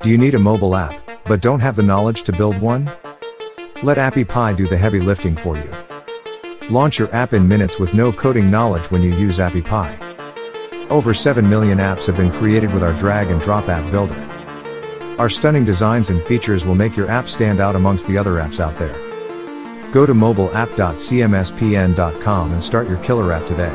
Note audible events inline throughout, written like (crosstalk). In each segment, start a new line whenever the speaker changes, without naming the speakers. Do you need a mobile app, but don't have the knowledge to build one? Let AppyPie do the heavy lifting for you. Launch your app in minutes with no coding knowledge when you use AppyPie. Over 7 million apps have been created with our drag and drop app builder. Our stunning designs and features will make your app stand out amongst the other apps out there. Go to mobileapp.cmspn.com and start your killer app today.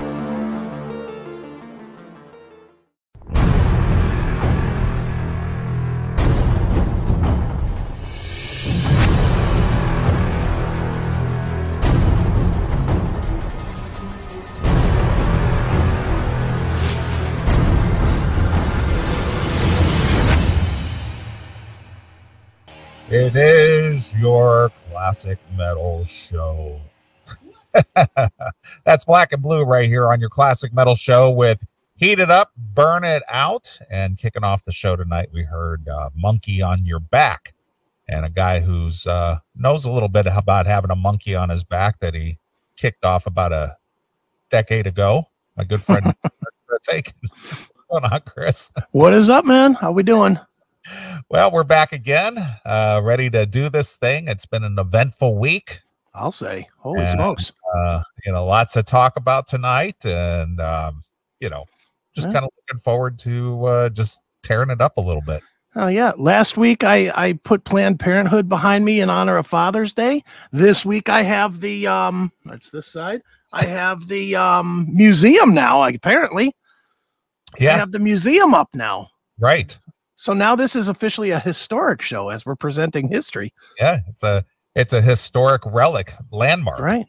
It is your classic metal show. (laughs) That's black and blue right here on your classic metal show with Heat It Up, Burn It Out. And kicking off the show tonight, we heard uh, Monkey on Your Back and a guy who's uh, knows a little bit about having a monkey on his back that he kicked off about a decade ago. My good friend, Chris Aiken. What's going on, Chris?
What is up, man? How we doing?
Well, we're back again, uh, ready to do this thing. It's been an eventful week.
I'll say. Holy
Yeah.
smokes.
Uh, you know, lots to talk about tonight, and um, you know, just
Yeah.
kind of looking forward to uh, just tearing it up a little bit.
Oh yeah. Last week I I put Planned Parenthood behind me in honor of Father's Day. This week I have the um that's this side. I have the um museum now, like, apparently. I
Yeah,
have the museum up now.
right.
So now this is officially a historic show as we're presenting history.
Yeah, it's a it's a historic relic landmark.
Right.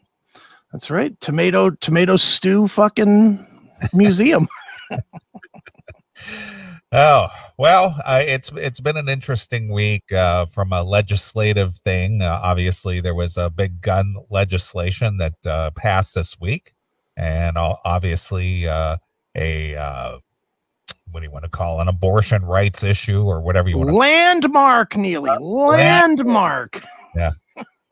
That's right. Tomato tomato stew fucking museum.
Oh well, uh, it's it's been an interesting week uh, from a legislative thing. Uh, obviously, there was a big gun legislation that uh, passed this week, and o- obviously uh, a uh, what do you want to call it, an abortion rights issue or whatever (laughs) you want to.
Landmark, Neely. Landmark.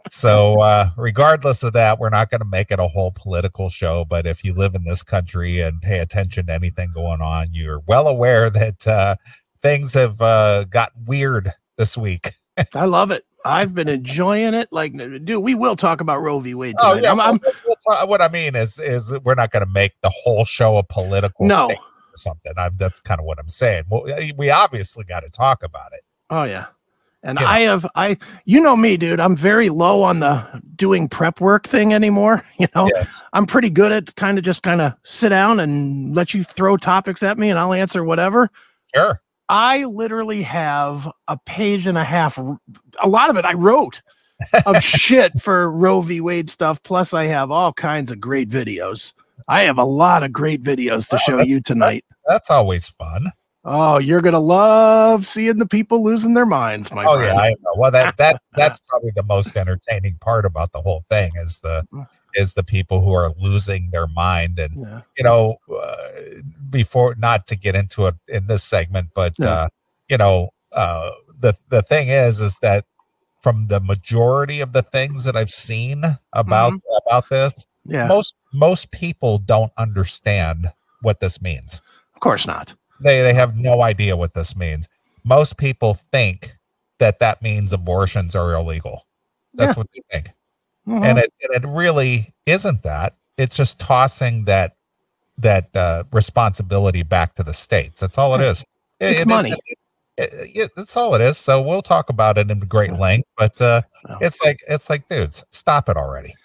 So, uh, regardless of that, we're not going to make it a whole political show. But if you live in this country and pay attention to anything going on, you're well aware that uh, things have uh, got weird this week.
I love it. I've been enjoying it. Like, dude, we will talk about Roe v. Wade.
Oh
Tonight.
yeah,
I'm, I'm,
well, that's what- what I mean is is that we're not going to make the whole show a political
no.
statement or something. I, that's kind of what I'm saying. Well, we- we obviously got to talk about it.
Oh yeah. And
You know.
I have I you know me, dude. I'm very low on the doing prep work thing anymore. (laughs) You know,
Yes,
I'm pretty good at kind of just kind of sit down and let you throw topics at me and I'll answer whatever.
sure.
I literally have a page and a half. r- A lot of it I wrote
(laughs)
of shit for Roe v. Wade stuff. Plus, I have all kinds of great videos. I have a lot of great videos to
Oh,
show
that's-
you tonight.
That's always fun.
Oh, you're gonna love seeing the people losing their minds, my
Oh
friend.
yeah, I know. Well, that that that's probably the most entertaining part about the whole thing is the is the people who are losing their mind and
yeah.
you know uh, before not to get into it in this segment but
Yeah.
uh you know uh the the thing is is that from the majority of the things that i've seen about about this
Yeah.
most most people don't understand what this means
Of course not.
they they have no idea what this means most people think that that means abortions are illegal that's what they think
Uh-huh. Mm-hmm.
and it, and it really isn't that it's just tossing that that uh, responsibility back to the states that's all it
Right.
is It-
It's
it
money.
isn't- it- it- that's all it is so we'll talk about it in great
Yeah.
length but uh,
Yeah.
it's like it's like dudes stop it already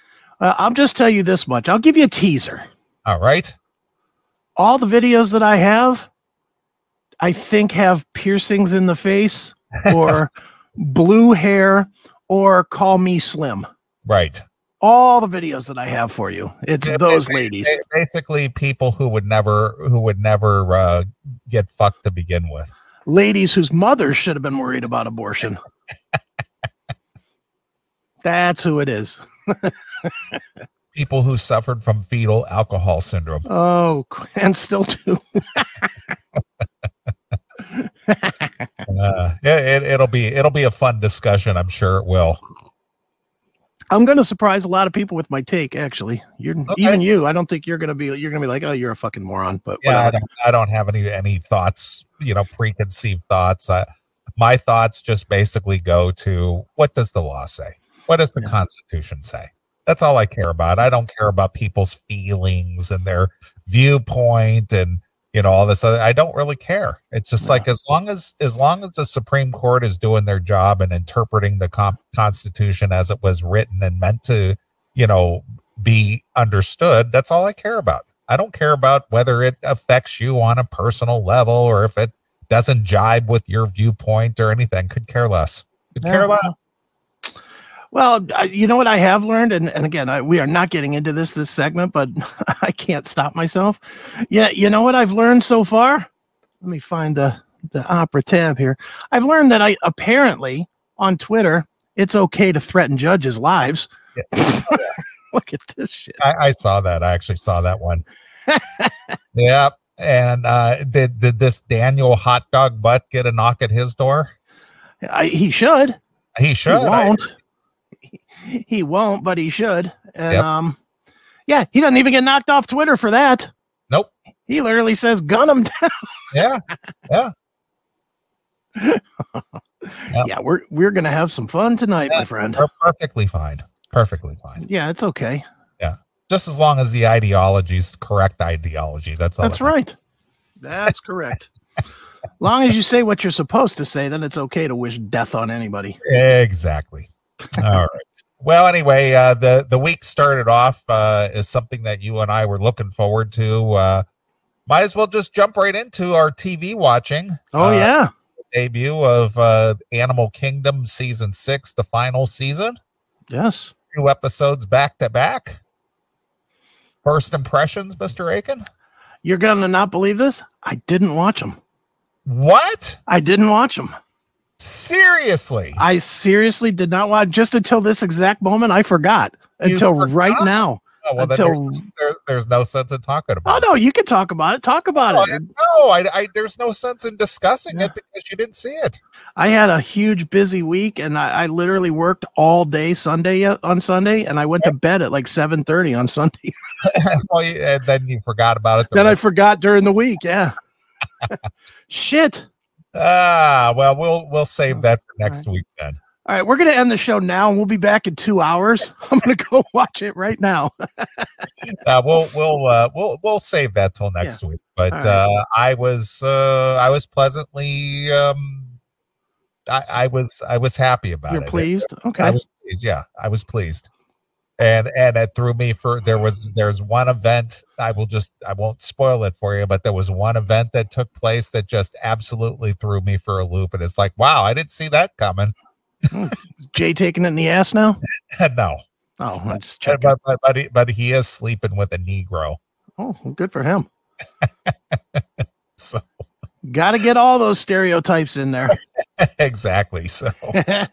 Uh, I'll just tell you this much. I'll give you a teaser.
all right
All the videos that I have, I think have piercings in the
(laughs)
face or blue hair or call me slim.
right
All the videos that I have for you, it's
Yeah,
those
they-
ladies.
Ba- basically people who would never who would never uh, get fucked to begin with
Ladies whose mothers should have been worried about
(laughs)
abortion. That's who it is.
people who suffered from fetal alcohol syndrome
Oh, and still do.
uh, it, it, it'll be it'll be a fun discussion i'm sure it will
I'm going to surprise a lot of people with my take. Actually, you're
Okay.
even you. I don't think you're going to be. You're going to be like, oh, you're a fucking moron. But
yeah, I
whatever.
don't, I don't have any any thoughts, you know, preconceived thoughts. I, my thoughts just basically go to what does the law say? What does the
Yeah.
Constitution say? That's all I care about. I don't care about people's feelings and their viewpoint and you know all this. other- I don't really care. It's just like as long as as long as the Supreme Court is doing their job and interpreting the com- Constitution as it was written and meant to, you know, be understood. That's all I care about. I don't care about whether it affects you on a personal level or if it doesn't jibe with your viewpoint or anything. Could care less. Could
Yeah.
care less.
Well, I, you know what I have learned, and, and again, I, we are not getting into this this segment, but (laughs) I can't stop myself. Yeah, you know what I've learned so far? Let me find the the opera tab here. I've learned that I apparently on Twitter it's okay to threaten judges' lives. (laughs) Look at this shit.
I, I saw that. I actually saw that
(laughs)
one. yeah. And uh, did did this Daniel hot dog butt get a knock at his door?
I, he should.
He should.
He
I-
won't. (laughs) He, he won't, but he should. And
Yep.
um, yeah, he doesn't even get knocked off Twitter for that.
Nope.
He literally says, "Gun him down."
yeah. Uh,
Yeah, we're we're gonna have some fun tonight, my friend.
We're perfectly fine. Perfectly fine.
Yeah, it's okay.
Just as long as the ideology is correct ideology. That's all.
That's
that matters.
right.
(laughs)
That's correct. long as you say what you're supposed to say, then it's okay to wish death on anybody.
Exactly. All right. Well, anyway, uh, the the week started off uh, is something that you and I were looking forward to. Uh, might as well just jump right into our TV watching
Oh
Uh,
yeah,
debut of uh, Animal Kingdom season six, the final season.
yes.
Two episodes back to back. First impressions, Mister Aiken.
You're gonna not believe this. I didn't watch them.
What?
I didn't watch them.
Seriously?
I seriously did not watch. Just until this exact moment, I forgot.
You
Until right
forgot?
now.
oh, well, then
until-
there's, there, there's no sense in talking about.
Oh
it.
no, you can talk about it. Talk about
Oh,
it.
no, I, I there's no sense in discussing
Yeah.
it because you didn't see it.
I had a huge busy week, and I, I literally worked all day Sunday uh, on Sunday, and I went to bed at like seven thirty on Sunday.
well, you- and then you forgot about it. the
Then I
rest-
forgot during the week. Yeah. (laughs) Shit.
ah, well, we'll we'll save that for next week then.
All right, we're gonna end the show now, and we'll be back in two hours. (laughs) I'm gonna go watch it right now.
Uh, we'll we'll uh, we'll we'll save that till next week. But
All right.
uh, I was uh, I was pleasantly um, I, I was I was happy about
You're
it.
pleased?
I
Okay.
was pleased. Yeah, I was pleased. And and it threw me for there was there's one event I will just I won't spoil it for you, but there was one event that took place that just absolutely threw me for a loop. And it's like, wow, I didn't see that coming. (laughs)
Is Jay taking it in the ass now?
no,
Oh, I just
but,
checked.
but but he, but he is sleeping with a Negro. (laughs)
Oh, well, good for him.
So-
Got to get all those stereotypes
(laughs)
in there. (laughs)
exactly. So,
yeah.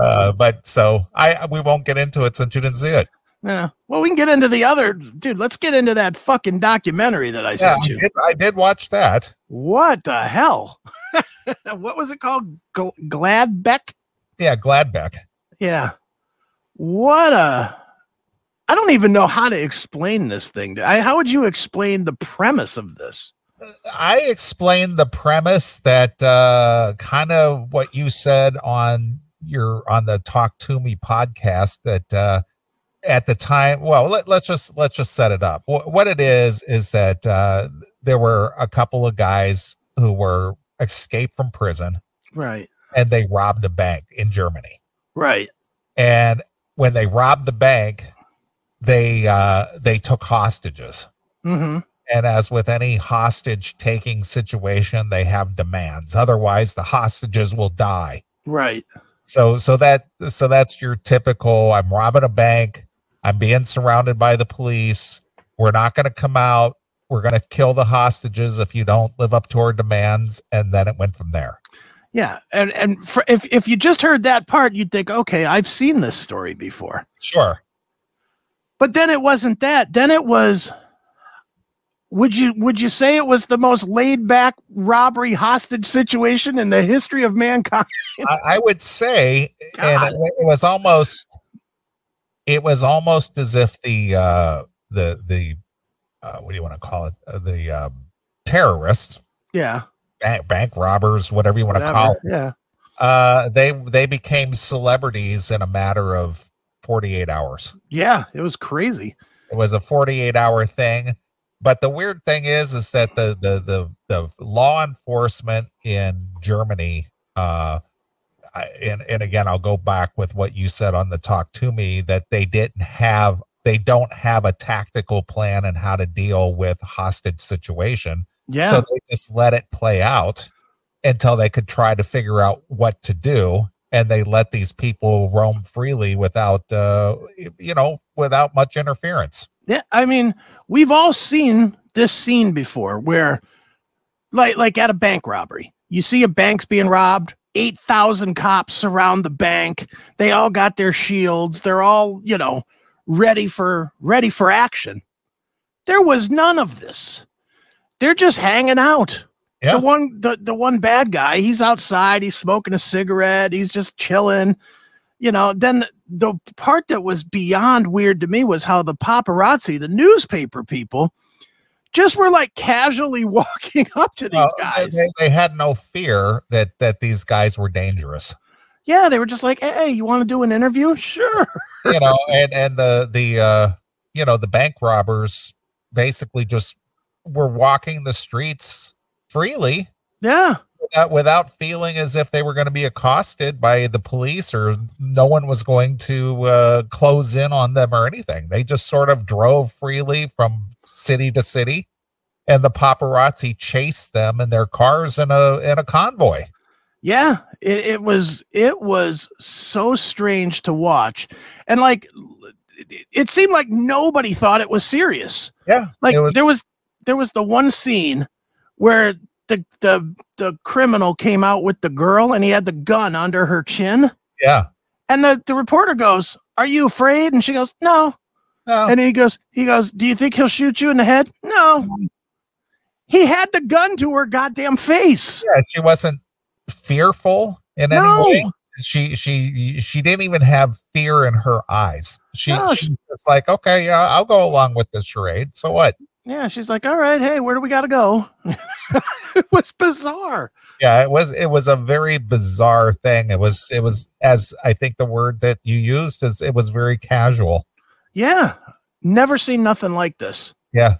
uh, but so I we won't get into it since you didn't see it.
Well, we can get into the other dude. Let's get into that fucking documentary that I
Yeah,
sent
I
you.
did, I did watch that.
What the hell? (laughs) what was it called? Gl- Gladbeck?
Yeah, Gladbeck.
Yeah. What a I don't even know how to explain this thing. I how would you explain the premise of this?
I explained the premise that uh, kind of what you said on your on the Talk to Me podcast that uh, at the time. Well, let, let's just let's just set it up. Wh- what it is is that uh, there were a couple of guys who were escaped from prison
Right.
and they robbed a bank in Germany
Right.
and when they robbed the bank they uh they took hostages
Mm-hmm.
and as with any hostage taking situation they have demands otherwise the hostages will die
Right.
so so that so that's your typical i'm robbing a bank i'm being surrounded by the police we're not going to come out we're going to kill the hostages if you don't live up to our demands and then it went from there
Yeah. And and for, if if you just heard that part, you'd think, okay, I've seen this story before.
sure
But then it wasn't that. Then it was would you would you say it was the most laid back robbery hostage situation in the history of mankind?
I, I would say,
God.
and it, it was almost, it was almost as if the uh, the the uh, what do you want to call it? Uh, the um, terrorists,
Yeah.
bank, bank robbers, whatever you want to
whatever.
call it.
Yeah.
uh, they they became celebrities in a matter of 48 hours.
Yeah, it was crazy.
It was a 48 hour thing. But the weird thing is, is that the the the, the law enforcement in Germany, uh, I- and and again, I'll go back with what you said on the talk to me that they didn't have they don't have a tactical plan on how to deal with hostage situation.
Yeah.
So they just let it play out until they could try to figure out what to do. And they let these people roam freely without, uh, you know, without much interference.
Yeah, I mean, we've all seen this scene before where like like at a bank robbery. You see a bank's being robbed, 8,000 cops surround the bank. They all got their shields. They're all, you know, ready for ready for action. There was none of this. They're just hanging out.
Yeah.
The one the, the one bad guy, he's outside, he's smoking a cigarette, he's just chilling you know, then the part that was beyond weird to me was how the paparazzi, the newspaper people, just were like casually (laughs) walking up to these
Well, they-
guys.
they, they had no fear that that these guys were dangerous.
yeah, they were just like, "Hey, you want to do an interview? Sure."
you
(laughs)
know, and and the the uh you know the bank robbers basically just were walking the streets freely
Yeah,
without, without feeling as if they were going to be accosted by the police or no one was going to uh, close in on them or anything. They just sort of drove freely from city to city, and the paparazzi chased them in their cars in a in a convoy.
yeah. It, it was it was so strange to watch, and like, it, it seemed like nobody thought it was serious.
Yeah,
like
it was
there was there was the one scene where the the the criminal came out with the girl and he had the gun under her chin
yeah.
and the, the reporter goes are you afraid and she goes no
No,
and he goes he goes do you think he'll shoot you in the head no he had the gun to her goddamn face
yeah, she wasn't fearful in
no
any way. she she she didn't even have fear in her eyes. She,
No,
she was just like, okay, yeah, I'll go along with this charade. So what?
yeah she's like all right hey where do we gotta go (laughs) it was bizarre
Yeah, it was it was a very bizarre thing. It was it was as I think the word that you used is it was very casual.
yeah never seen nothing like this
Yeah.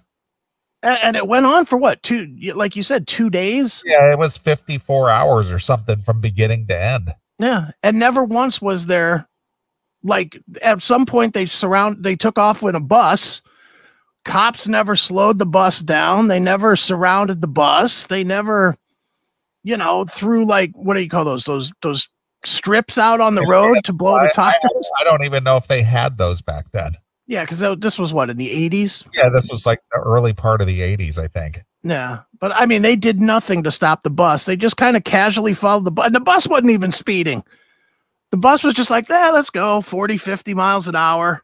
A- and, it went on for what two y- like you said two days
Yeah, it was 54 hours or something from beginning to end.
yeah and never once was there like at some point they surround they took off with a bus cops never slowed the bus down they never surrounded the bus they never you know threw like what do you call those those those strips out on the road to blow Oh, the
I,
tires
I don't even know if they had those back then.
yeah because this was what in the 80s
Yeah, this was like the early part of the 80s, I think.
Yeah, but I mean, they did nothing to stop the bus. They just kind of casually followed the bus, and the bus wasn't even speeding. The bus was just like, "Yeah, let's go 40, 50 miles an hour."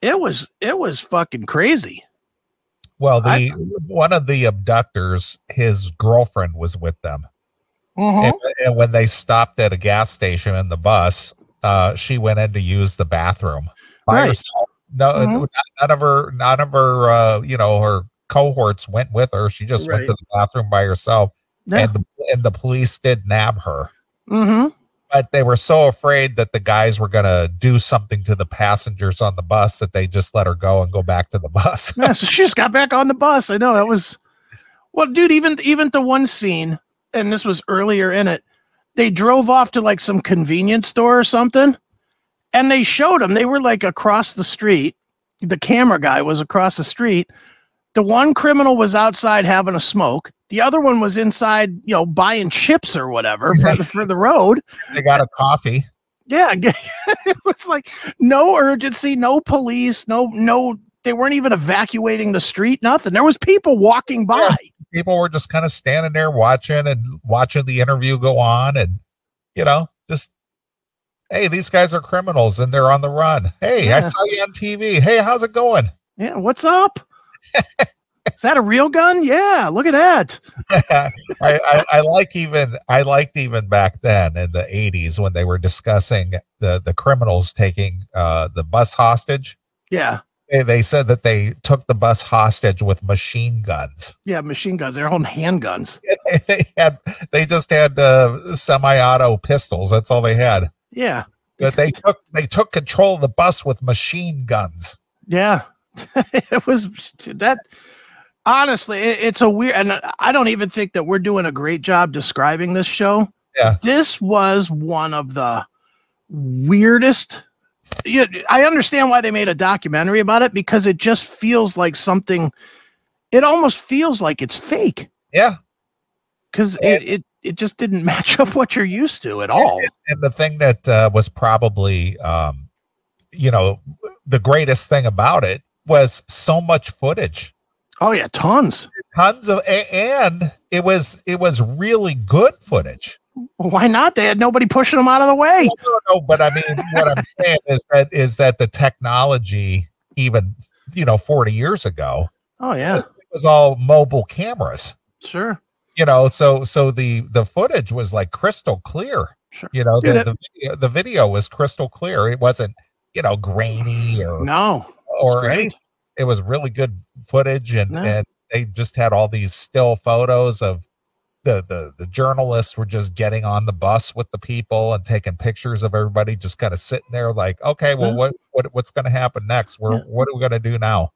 It was it was fucking crazy.
Well, the
I-
one of the abductors, his girlfriend was with them.
Mm-hmm. Uh-huh.
And, and when they stopped at a gas station in the bus, uh, she went in to use the bathroom by
Right.
herself. No,
Mhm.
none- none of her, none of her, uh, you know, her cohorts went with her. She just went
Right.
to the bathroom by herself,
Yeah.
and the, and the police did nab her.
Mm-hmm.
But they were so afraid that the guys were gonna do something to the passengers on the bus that they just let her go and go back to the
(laughs)
bus.
yeah, so she just got back on the bus. I know that was well, dude. Even even the one scene, and this was earlier in it. They drove off to like some convenience store or something, and they showed them. They were like across the street. The camera guy was across the street. The one criminal was outside having a smoke. The other one was inside, you know, buying chips or whatever for the, for the road.
(laughs) they got a coffee.
Yeah, (laughs) it was like no urgency, no police, no no. They weren't even evacuating the street. Nothing. There was people walking by.
people were just kind of standing there watching and watching the interview go on and you know just hey these guys are criminals and they're on the run hey
Yeah.
i saw you on tv hey how's it going
Yeah, what's up? Is that a real gun? Yeah, look at that.
I, I, I like even i liked even back then in the 80s when they were discussing the the criminals taking uh the bus hostage
Yeah,
they, they said that they took the bus hostage with machine guns. (laughs)
Yeah, machine guns, their own handguns.
they had they just had uh, semi-auto pistols. That's all they had.
Yeah.
But they took they took control of the bus with machine guns.
Yeah. (laughs) it was that honestly, it, it's a weird and I don't even think that we're doing a great job describing this show.
Yeah.
This was one of the weirdest yeah, I understand why they made a documentary about it because it just feels like something. It almost feels like it's fake
Yeah.
because it, it it just didn't (laughs) match up what you're used to at all.
And the thing that uh, was probably, um, you know, the greatest thing about it was so much footage,
Oh yeah, tons.
tons of, a- and it was it was really good footage.
Why not? They had nobody pushing them out of the way.
No, no, no, but I mean, what I'm saying is that is that the technology, even you know, 40 years ago,
Oh yeah,
was all mobile cameras.
sure.
You know, so so the the footage was like crystal clear.
Sure.
You know, the,
Dude, it-
the video, the video was crystal clear. It wasn't you know grainy or
No,
or
great.
anything. It was really good footage, and,
No.
and they just had all these still photos of the, the the journalists were just getting on the bus with the people and taking pictures of everybody, just kind of sitting there like, okay, well,
Yeah.
what what what's going to happen next? We're
Yeah.
what are we going to do now?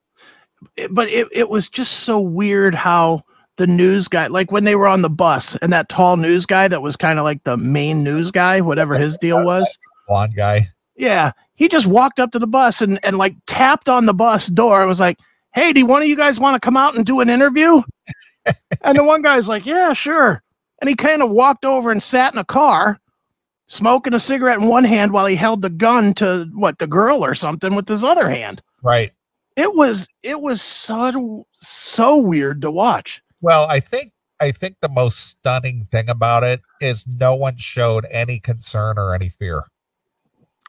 it- but it, it was just so weird how the news guy, like when they were on the bus and that tall news guy that was kind of like the main news guy, whatever his deal was.
Blonde guy.
Yeah. He just walked up to the bus and, and like tapped on the bus door and was like, Hey, do one of you guys want to come out and do an interview? and the one guy's like, Yeah, sure. And he kind of walked over and sat in a car, smoking a cigarette in one hand while he held the gun to what the girl or something with his other hand.
Right.
It was it was so so weird to watch.
Well, I think I think the most stunning thing about it is no one showed any concern or any fear.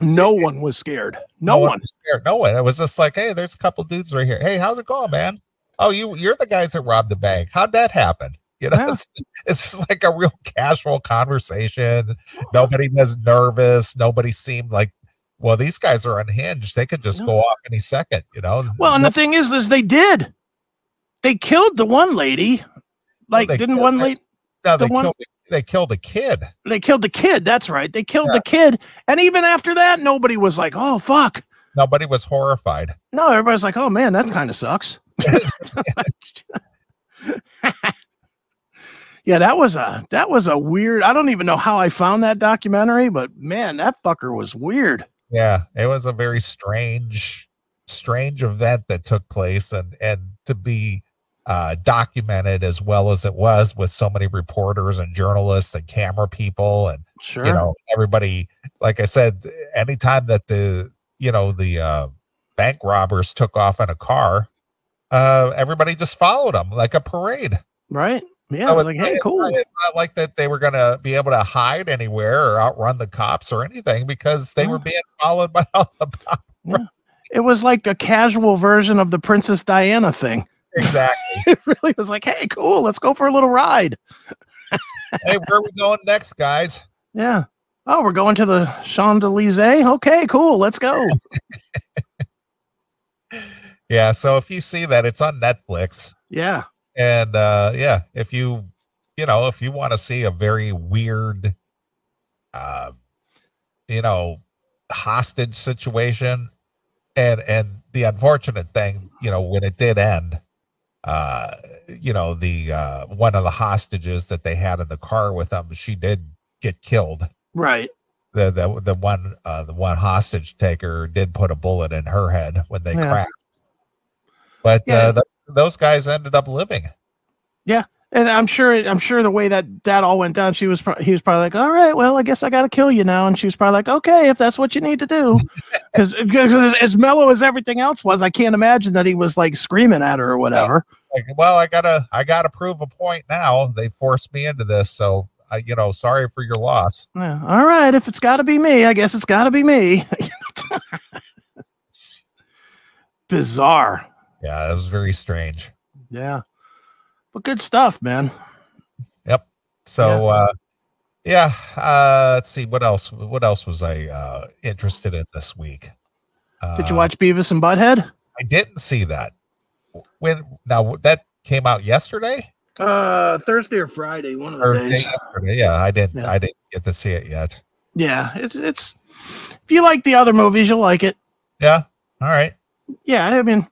No one was scared. No one.
was scared. No one. It was just like, hey, there's a couple dudes right here. Hey, how's it going, man? Oh, you you're the guys that robbed the bank. How'd that happen? You know, (laughs)
Yeah.
it's, it's just like a real casual conversation. Nobody was nervous. Nobody seemed like, well, these guys are unhinged. They could just
No.
go off any second. You know.
Well, and
No-
the thing is, is they did. They killed the one lady. Like,
they
didn't
killed
one
that-
lady?
no,
the
they
one-
killed they killed a kid.
they killed the kid. That's right. They killed the kid. And even after that, nobody was like, oh, fuck.
Nobody was horrified.
No, everybody's like, oh, man, that kind of sucks. (laughs) yeah, that was a that was a weird. I don't even know how I found that documentary, but man, that fucker was weird.
Yeah, it was a very strange, strange event that took place, and and to be uh, documented as well as it was with so many reporters and journalists and camera people, and
Sure.
you know everybody. Like I said, anytime that the you know the uh, bank robbers took off in a car, uh, everybody just followed them like a parade.
right? Yeah.
So
they're
it's
like,
not-
hey,
it's
cool.
Not, it's not like that they were going to be able to hide anywhere or outrun the cops or anything because they were
Yeah.
being followed by (laughs) all the cops.
It was like a casual version of the Princess Diana thing. (laughs)
Exactly.
It really was like, hey, cool, let's go for a little ride.
hey, where are we going next, guys?
Yeah. Oh, we're going to the Champs-Elysees. Okay, cool. Let's go.
Yeah. So if you see that, it's on Netflix.
Yeah.
And uh, yeah, if you, you know, if you want to see a very weird, uh, you know, hostage situation, and and the unfortunate thing, you know, when it did end, uh, you know, the uh, one of the hostages that they had in the car with them, she did get killed.
Right.
the the the one uh, the one hostage taker did put a bullet in her head when they
Yeah.
crashed. But
Yeah.
uh, th- those guys ended up living.
And I'm sure I'm sure the way that that all went down, she was pro- he was probably like, "All right, well, I guess I got to kill you now." And she was probably like, "Okay, if that's what you need to (laughs) do." Cuz as, as mellow as everything else was, I can't imagine that he was like screaming at her or whatever.
Like, well, I gotta I gotta prove a point now. They forced me into this, so I, you know, sorry for your loss.
Yeah. All right, if it's got to be me, I guess it's got to be me. (laughs) Bizarre.
Yeah, it was very strange.
Yeah. But good stuff, man.
So yeah. uh yeah, uh let's see what else what else was I uh interested in this week. Uh,
Did you watch Beavis and Butthead?
I didn't see that. When now that came out yesterday,
Uh, Thursday or Friday, one of the
Thursday
days.
yesterday. Yeah, I didn't.
Yeah.
I didn't get to see it yet.
Yeah, it's it's. If you like the other movies, you'll like it.
Yeah. All right.
Yeah, I mean,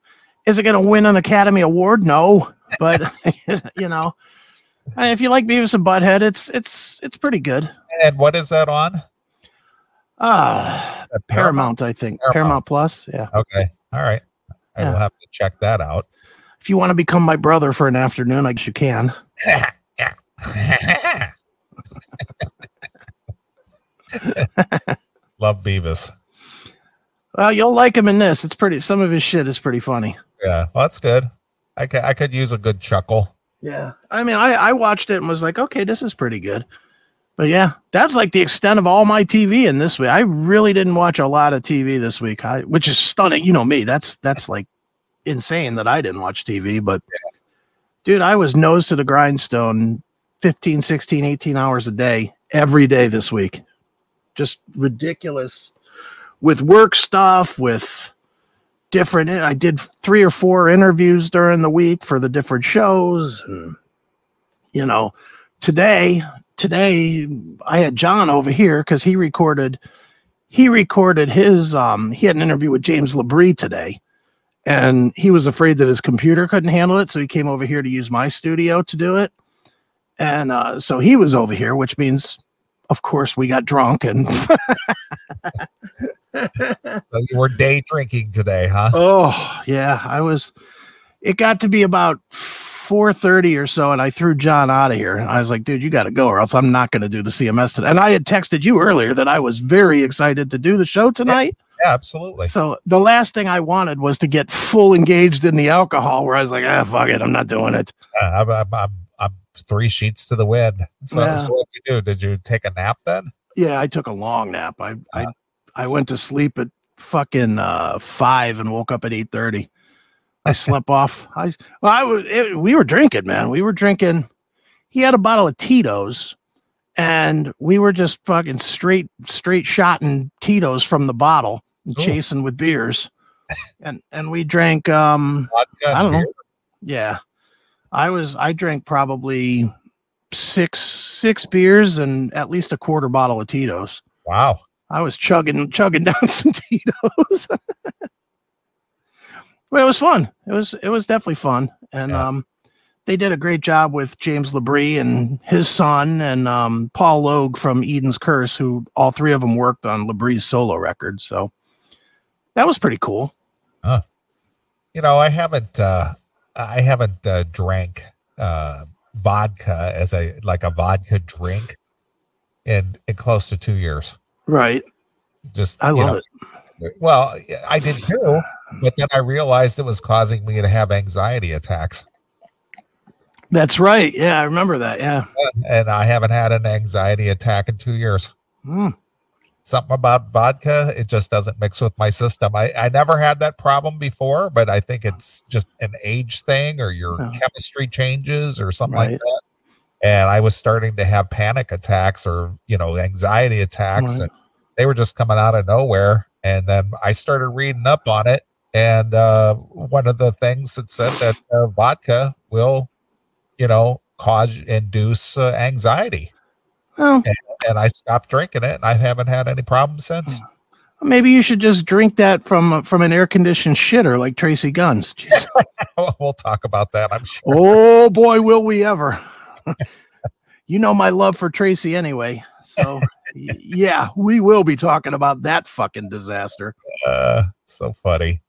is it going to win an Academy Award? No, but (laughs) you know, I- if you like Beavis and Butthead, it's it's it's pretty good.
And what is that on?
Uh Paramount, I think.
Paramount.
Paramount, Plus. Yeah.
Okay. All right. I will
Yeah.
have to check that
(laughs)
out.
If you want to become my brother for an afternoon, I guess you can.
Love Beavis.
Well, you'll like him in this. It's pretty. Some of his shit is pretty funny.
Yeah, well, that's good. I could I could use a good chuckle.
Yeah. I mean, I I watched it and was like, okay, this is pretty good. But yeah, that's like the extent of all my TV in this week. I really didn't watch a lot of TV this week, I, which is stunning. You know me. That's that's like insane that I didn't watch TV. But dude, I was nose to the grindstone 15, 16, 18 hours a day every day this week. Just ridiculous with work stuff, with different. I did three or four interviews during the week for the different shows. And, you know, today, today I had John over here because he recorded, he recorded his, um, he had an interview with James Labrie today and he was afraid that his computer couldn't handle it. So he came over here to use my studio to do it. And, uh, so he was over here, which means of course we got drunk and
So you were day drinking today, huh?
Oh yeah, I was. It got to be about four thirty or so, and I threw John out of here. I was like, "Dude, you got to go, or else I'm not going to do the CMS today." And I had texted you earlier that I was very excited to do the show tonight.
Yeah, absolutely.
So the last thing I wanted was to get full engaged in the alcohol, where I was like, "Ah, fuck it, I'm not doing it."
Yeah, I'm, I'm, I'm, I'm three sheets to the wind. So,
Yeah.
so what did you do? Did you take a nap then?
Yeah, I took a long nap. I I, I went to sleep at fucking uh, five and woke up at eight thirty. I slept off. I well, I was. It, we were drinking, man. We were drinking. He had a bottle of Tito's, and we were just fucking straight straight shotting Tito's from the bottle and
Ooh.
chasing with beers, and and we drank um
Vodka
I
and
don't know.
beer?
yeah. I was I drank probably six six beers and at least a quarter bottle of Tito's.
Wow.
I was chugging chugging (laughs) down some Tito's. (laughs) but it was fun. It was it was definitely fun. And
Yeah.
um they did a great job with James Labrie and his son and um Paul Logue from Eden's Curse, who all three of them worked on Labrie's solo record. So that was pretty cool.
You know, I haven't uh I haven't uh, drank uh vodka as a like a vodka drink in in close to two years.
Right.
Just
I
you
love
know,
it.
Well, yeah, I did too, but then I realized it was causing me to have anxiety attacks,
That's right. Yeah, I remember that. Yeah.
and I haven't had an anxiety attack in two years.
Mm.
Something about vodka, it just doesn't mix with my system. I, I never had that problem before, but I think it's just an age thing or your
Yeah.
chemistry changes or something like
Right.
that. And I was starting to have panic attacks or, you know, anxiety attacks.
Right.
And they were just coming out of nowhere. And then I started reading up on it. And uh, one of the things that said that uh, vodka will, you know, cause induce uh, anxiety.
Well,
And I stopped drinking it, and I haven't had any problems since.
maybe you should just drink that from from an air conditioned shitter like Tracy Guns. Jeez.
(laughs) we'll talk about that, I'm sure.
Oh boy, will we ever. (laughs) you know my love for Tracy anyway. So y- yeah, we will be talking about that fucking disaster.
Uh, so funny.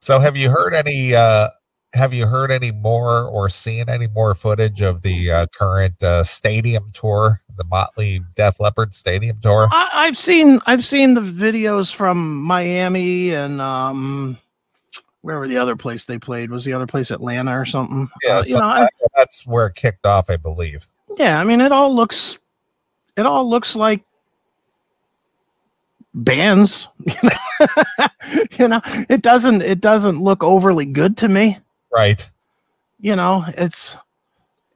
So, have you heard any? Uh, have you heard any more or seen any more footage of the uh, current uh, stadium tour, the Motley Def Leppard stadium tour?
I, I've seen I've seen the videos from Miami and um where were the other place they played? Was the other place Atlanta or something?
Yeah,
Uh, you
so
know, I-
that- that's where it kicked off, I believe.
yeah i mean it all looks it all looks like bands (laughs) you know? you know it doesn't it doesn't look overly good to me
Right.
you know it's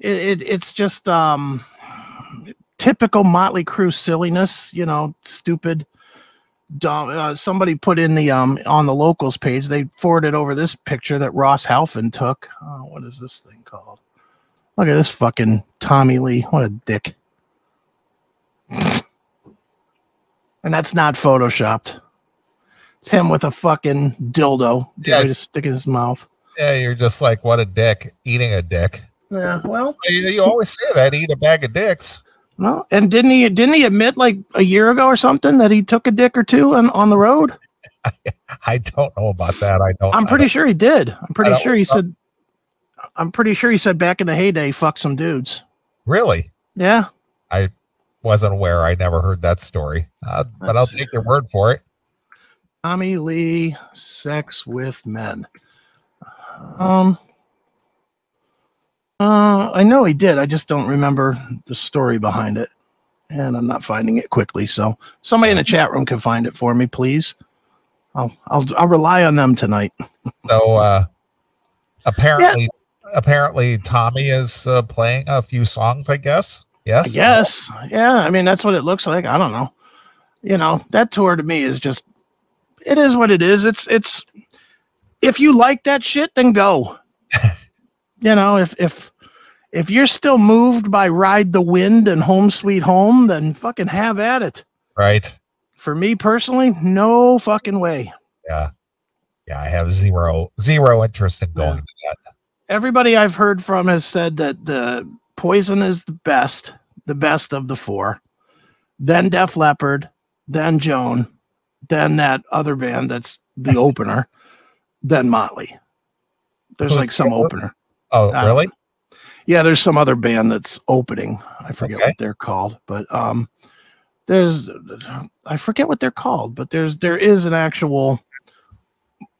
it, it it's just um typical motley crew silliness you know stupid Dom, uh, somebody put in the um on the locals page. They forwarded over this picture that Ross Halfin took. Oh, what is this thing called? Look at this fucking Tommy Lee. What a dick. (laughs) and that's not photoshopped. It's him with a fucking dildo ready to
Yes.
stick in his mouth.
Yeah, you're just like, what a dick, eating a dick.
Yeah. Well,
You, you always say that, eat a bag of dicks. (laughs)
no. And didn't he didn't he admit like a year ago or something that he took a dick or two on, on the road?
I don't know about that. I don't.
I'm
I
pretty sure he did. I'm pretty
don't-
sure he said. I'm pretty sure he said back in the heyday, fuck some dudes.
don't- really
Yeah.
wasn't aware. I never heard that story, uh, but I'll
Let's see.
take your word for it.
Tommy Lee, sex with men. Um. Uh, I know he did. I just don't remember the story behind it, and I'm not finding it quickly. So somebody in the chat room can find it for me, please. I'll I'll I'll rely on them tonight.
So uh, apparently, apparently Tommy is uh, playing a few songs. I guess.
I
Yes.
guess. Yeah. I mean, that's what it looks like. I don't know. You know, that tour to me is just, it is what it is. It's, it's, if you like that shit, then go. you know, if, if, if you're still moved by Ride the Wind and Home Sweet Home, then fucking have at it.
Right.
For me personally, no fucking way.
Yeah. Yeah. I have zero zero interest in going to that.
Everybody I've heard from has said that the Poison is the best, the best of the four. Then Def Leppard, then Joan, then that other band that's the opener, then Motley. There's
Who's
like some
the-
opener.
Oh,
I-
really?
Yeah, there's some other band that's opening. I forget
Okay.
what they're called, but um there's I forget what they're called, but there's there is an actual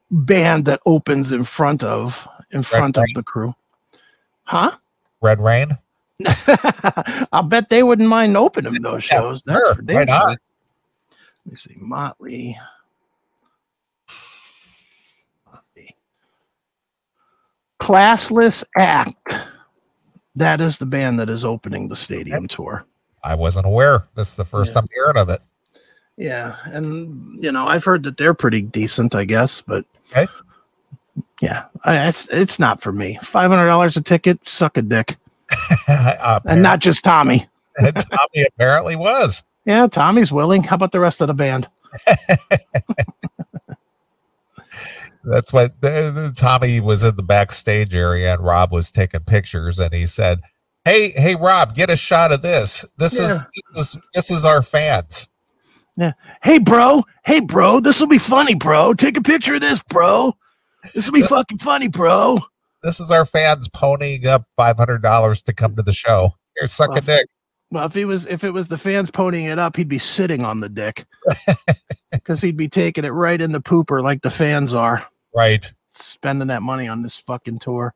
band that opens in front of in front of
Rain?
the crew. Huh? (laughs)
Red Rain.
I'll bet they wouldn't mind
(laughs)
opening those
Yeah,
shows. That's
sure.
for
Why
damn
not?
sure. Let me see. Motley. Motley. Classless Act. That is the band that is opening the stadium tour.
I wasn't aware. This is the first
Yeah.
I'm hearing of it. (laughs)
Yeah. And, you know, I've heard that they're pretty decent, I guess, but.
Okay.
Yeah, I, it's it's not for me. Five hundred dollars a ticket, suck a dick, and
Apparently-
not just Tommy.
(laughs) Tommy apparently was.
Yeah, Tommy's willing. How about the rest of the band?
That's what the, the- Tommy was in the backstage area and Rob was taking pictures and he said, "Hey, hey, Rob, get a shot of this. This is this is this is our fans."
hey bro hey bro this will be funny bro take a picture of this bro this will be fucking funny bro
This is our fans ponying up five hundred dollars to come to the show. Here, suck a
Wow.
dick.
well if he was if it was the fans ponying it up he'd be sitting on the dick because he'd be taking it right in the pooper like the fans are
Right?
spending that money on this fucking tour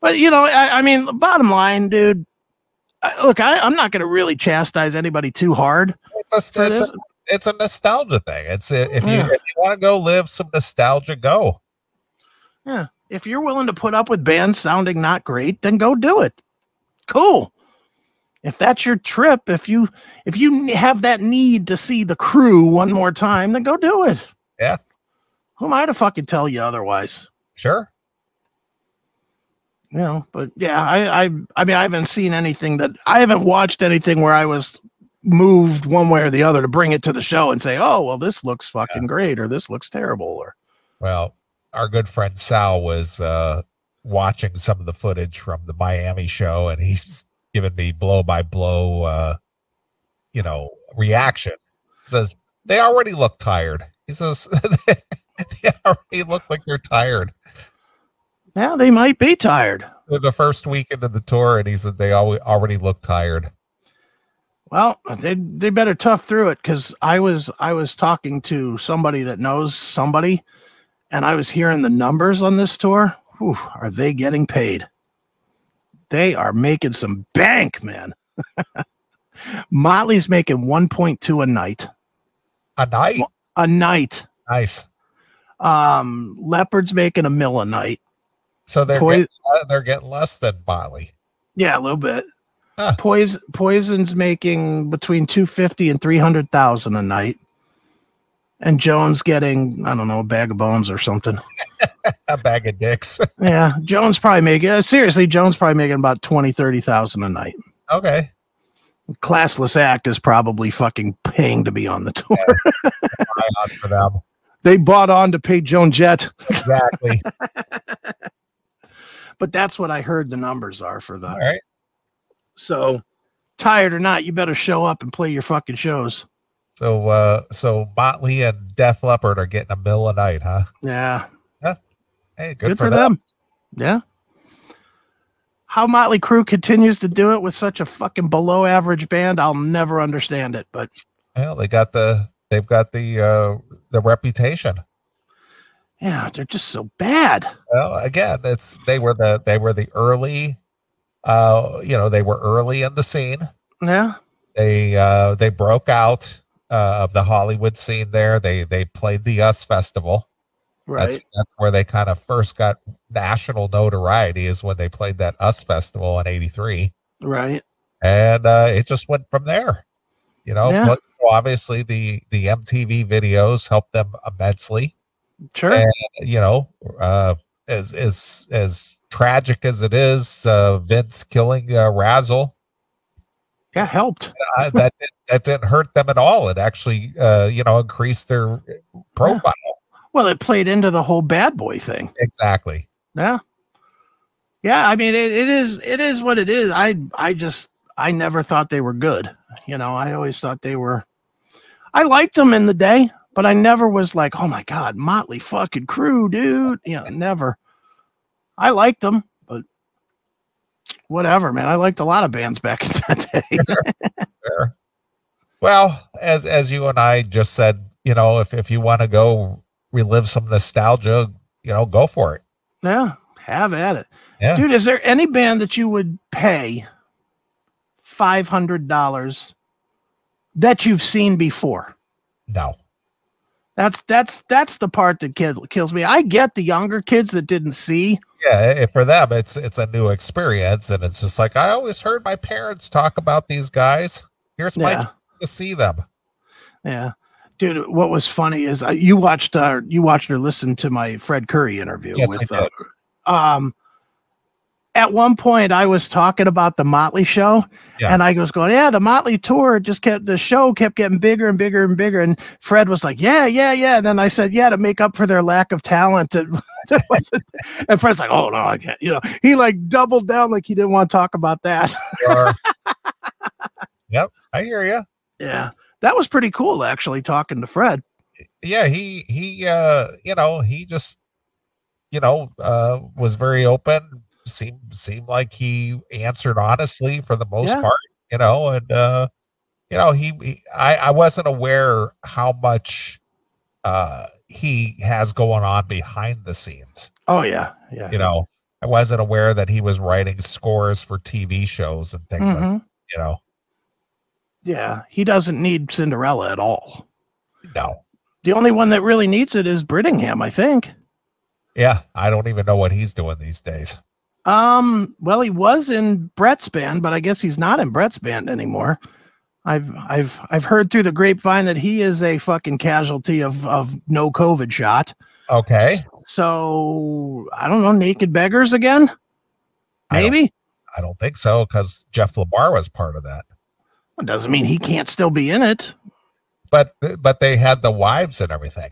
but you know i, I mean the bottom line dude I, look I, i'm not going to really chastise anybody too hard
It's a,
for
it's
this.
a, it's a nostalgia thing. It's a, if you
Yeah.
if you want to go live some nostalgia, go.
if you're willing to put up with bands sounding not great, then go do it. Cool. If that's your trip, if you if you n- have that need to see the crew one more time, then go do it.
Yeah.
Who am I to fucking tell you otherwise?
Sure.
You know, but yeah, I I I mean I haven't seen anything that I haven't watched anything where I was moved one way or the other to bring it to the show and say, "Oh, well this looks fucking great or this looks terrible or
Well, our good friend Sal was uh, watching some of the footage from the Miami show, and he's giving me blow by blow, uh, you know, reaction. He says they already look tired. He says (laughs) they already look like they're tired.
yeah, they might be tired."
They're the first weekend of the tour, and he said they al- already look tired.
Well, they they better tough through it because I was I was talking to somebody that knows somebody, and I was hearing the numbers on this tour. Whew, are they getting paid? They are making some bank, man. (laughs) Motley's making 1.2 a night.
A night,
Well- A night.
nice.
Um, Leopard's making a mill a night.
So they're
Poi-
getting, uh, they're getting less than Motley.
yeah, a little bit.
Huh.
Poison Poison's making between 250 and 300,000 a night. and Jones getting I don't know a bag of bones or
(laughs)
something.
a bag of dicks. (laughs)
Yeah, Jones probably making uh, seriously. Jones probably making about twenty thirty thousand a night.
okay.
Classless Act is probably fucking paying to be on the tour.
Buy out for them.
They bought on to pay Joan Jett, (laughs)
Exactly.
but that's what I heard the numbers are for the.
All right.
So, tired or not, you better show up and play your fucking shows.
So uh so Motley and Def Leppard are getting a bill a night, huh?
Yeah,
Hey, good,
good, for, them. Yeah. How Motley Crue continues to do it with such a fucking below average band, I'll never understand it. But
Well, they got the they've got the uh the reputation.
yeah, they're just so bad.
Well, again, it's they were the they were the early uh you know, they were early in the scene.
Yeah.
They uh they broke out uh, of the Hollywood scene there. They they played the US Festival.
Right.
That's, that's where they kind of first got national notoriety is when they played that US Festival in 83.
right.
and uh, it just went from there. You know,
Yeah.
but so obviously the the MTV videos helped them immensely.
Sure.
And, you know, uh, as as as tragic as it is, uh, Vince killing uh, Razzle
yeah, helped.
uh, that didn't, that didn't hurt them at all. It actually, uh, you know, increased their uh, profile.
Well, it played into the whole bad boy thing.
Exactly.
Yeah. Yeah, I mean it, it is it is what it is. I I just I never thought they were good. You know, I always thought they were I liked them in the day, but I never was like, "Oh my god, Motley fucking crew, dude." You know, never. I liked them, but whatever, man. I liked a lot of bands back (laughs) in that day.
Fair. Well, as as you and I just said, you know, if if you want to go relive some nostalgia, you know, go for it.
yeah, have at it.
Yeah.
Dude, is there any band that you would pay $500 that you've seen before?
No.
That's that's that's the part that kid, kills me. I get the younger kids that didn't see.
yeah i- for them it's it's a new experience and it's just like i always heard my parents talk about these guys here's my
Yeah.
chance to see them
Yeah, dude. What was funny is uh, you watched uh, you watched or listened to my Fred Curry interview.
Yes, I
with, Uh, um, at one point I was talking about the Motley show,
Yeah.
and I was going, "Yeah, the Motley tour just kept the show kept getting bigger and bigger and bigger." And Fred was like, "Yeah, yeah, yeah." And then I said, "Yeah," to make up for their lack of talent. That, (laughs) that wasn't, and Fred's like, "Oh no, I can't." You know, he like doubled down like he didn't want to talk about that. (laughs)
Or- yep i hear you
Yeah. That was pretty cool actually talking to Fred.
yeah he he uh you know he just you know uh was very open seemed seemed like he answered honestly for the most
Yeah.
part you know and uh you know he, he i i wasn't aware how much uh he has going on behind the scenes
Oh yeah. Yeah.
you know i wasn't aware that he was writing scores for tv shows and things like
Mhm.
you know
Yeah. He doesn't need Cinderella at all.
no
The only one that really needs it is Brittingham, I think.
yeah i don't even know what he's doing these days
Um, well, he was in Brett's band, but I guess he's not in Brett's band anymore. I've I've I've heard through the grapevine that he is a fucking casualty of of no COVID shot.
okay
So I don't know, naked beggars again?
I don't-
Maybe.
i don't think so because jeff labar was part of that
Well, doesn't mean he can't still be in it.
but but they had the wives and everything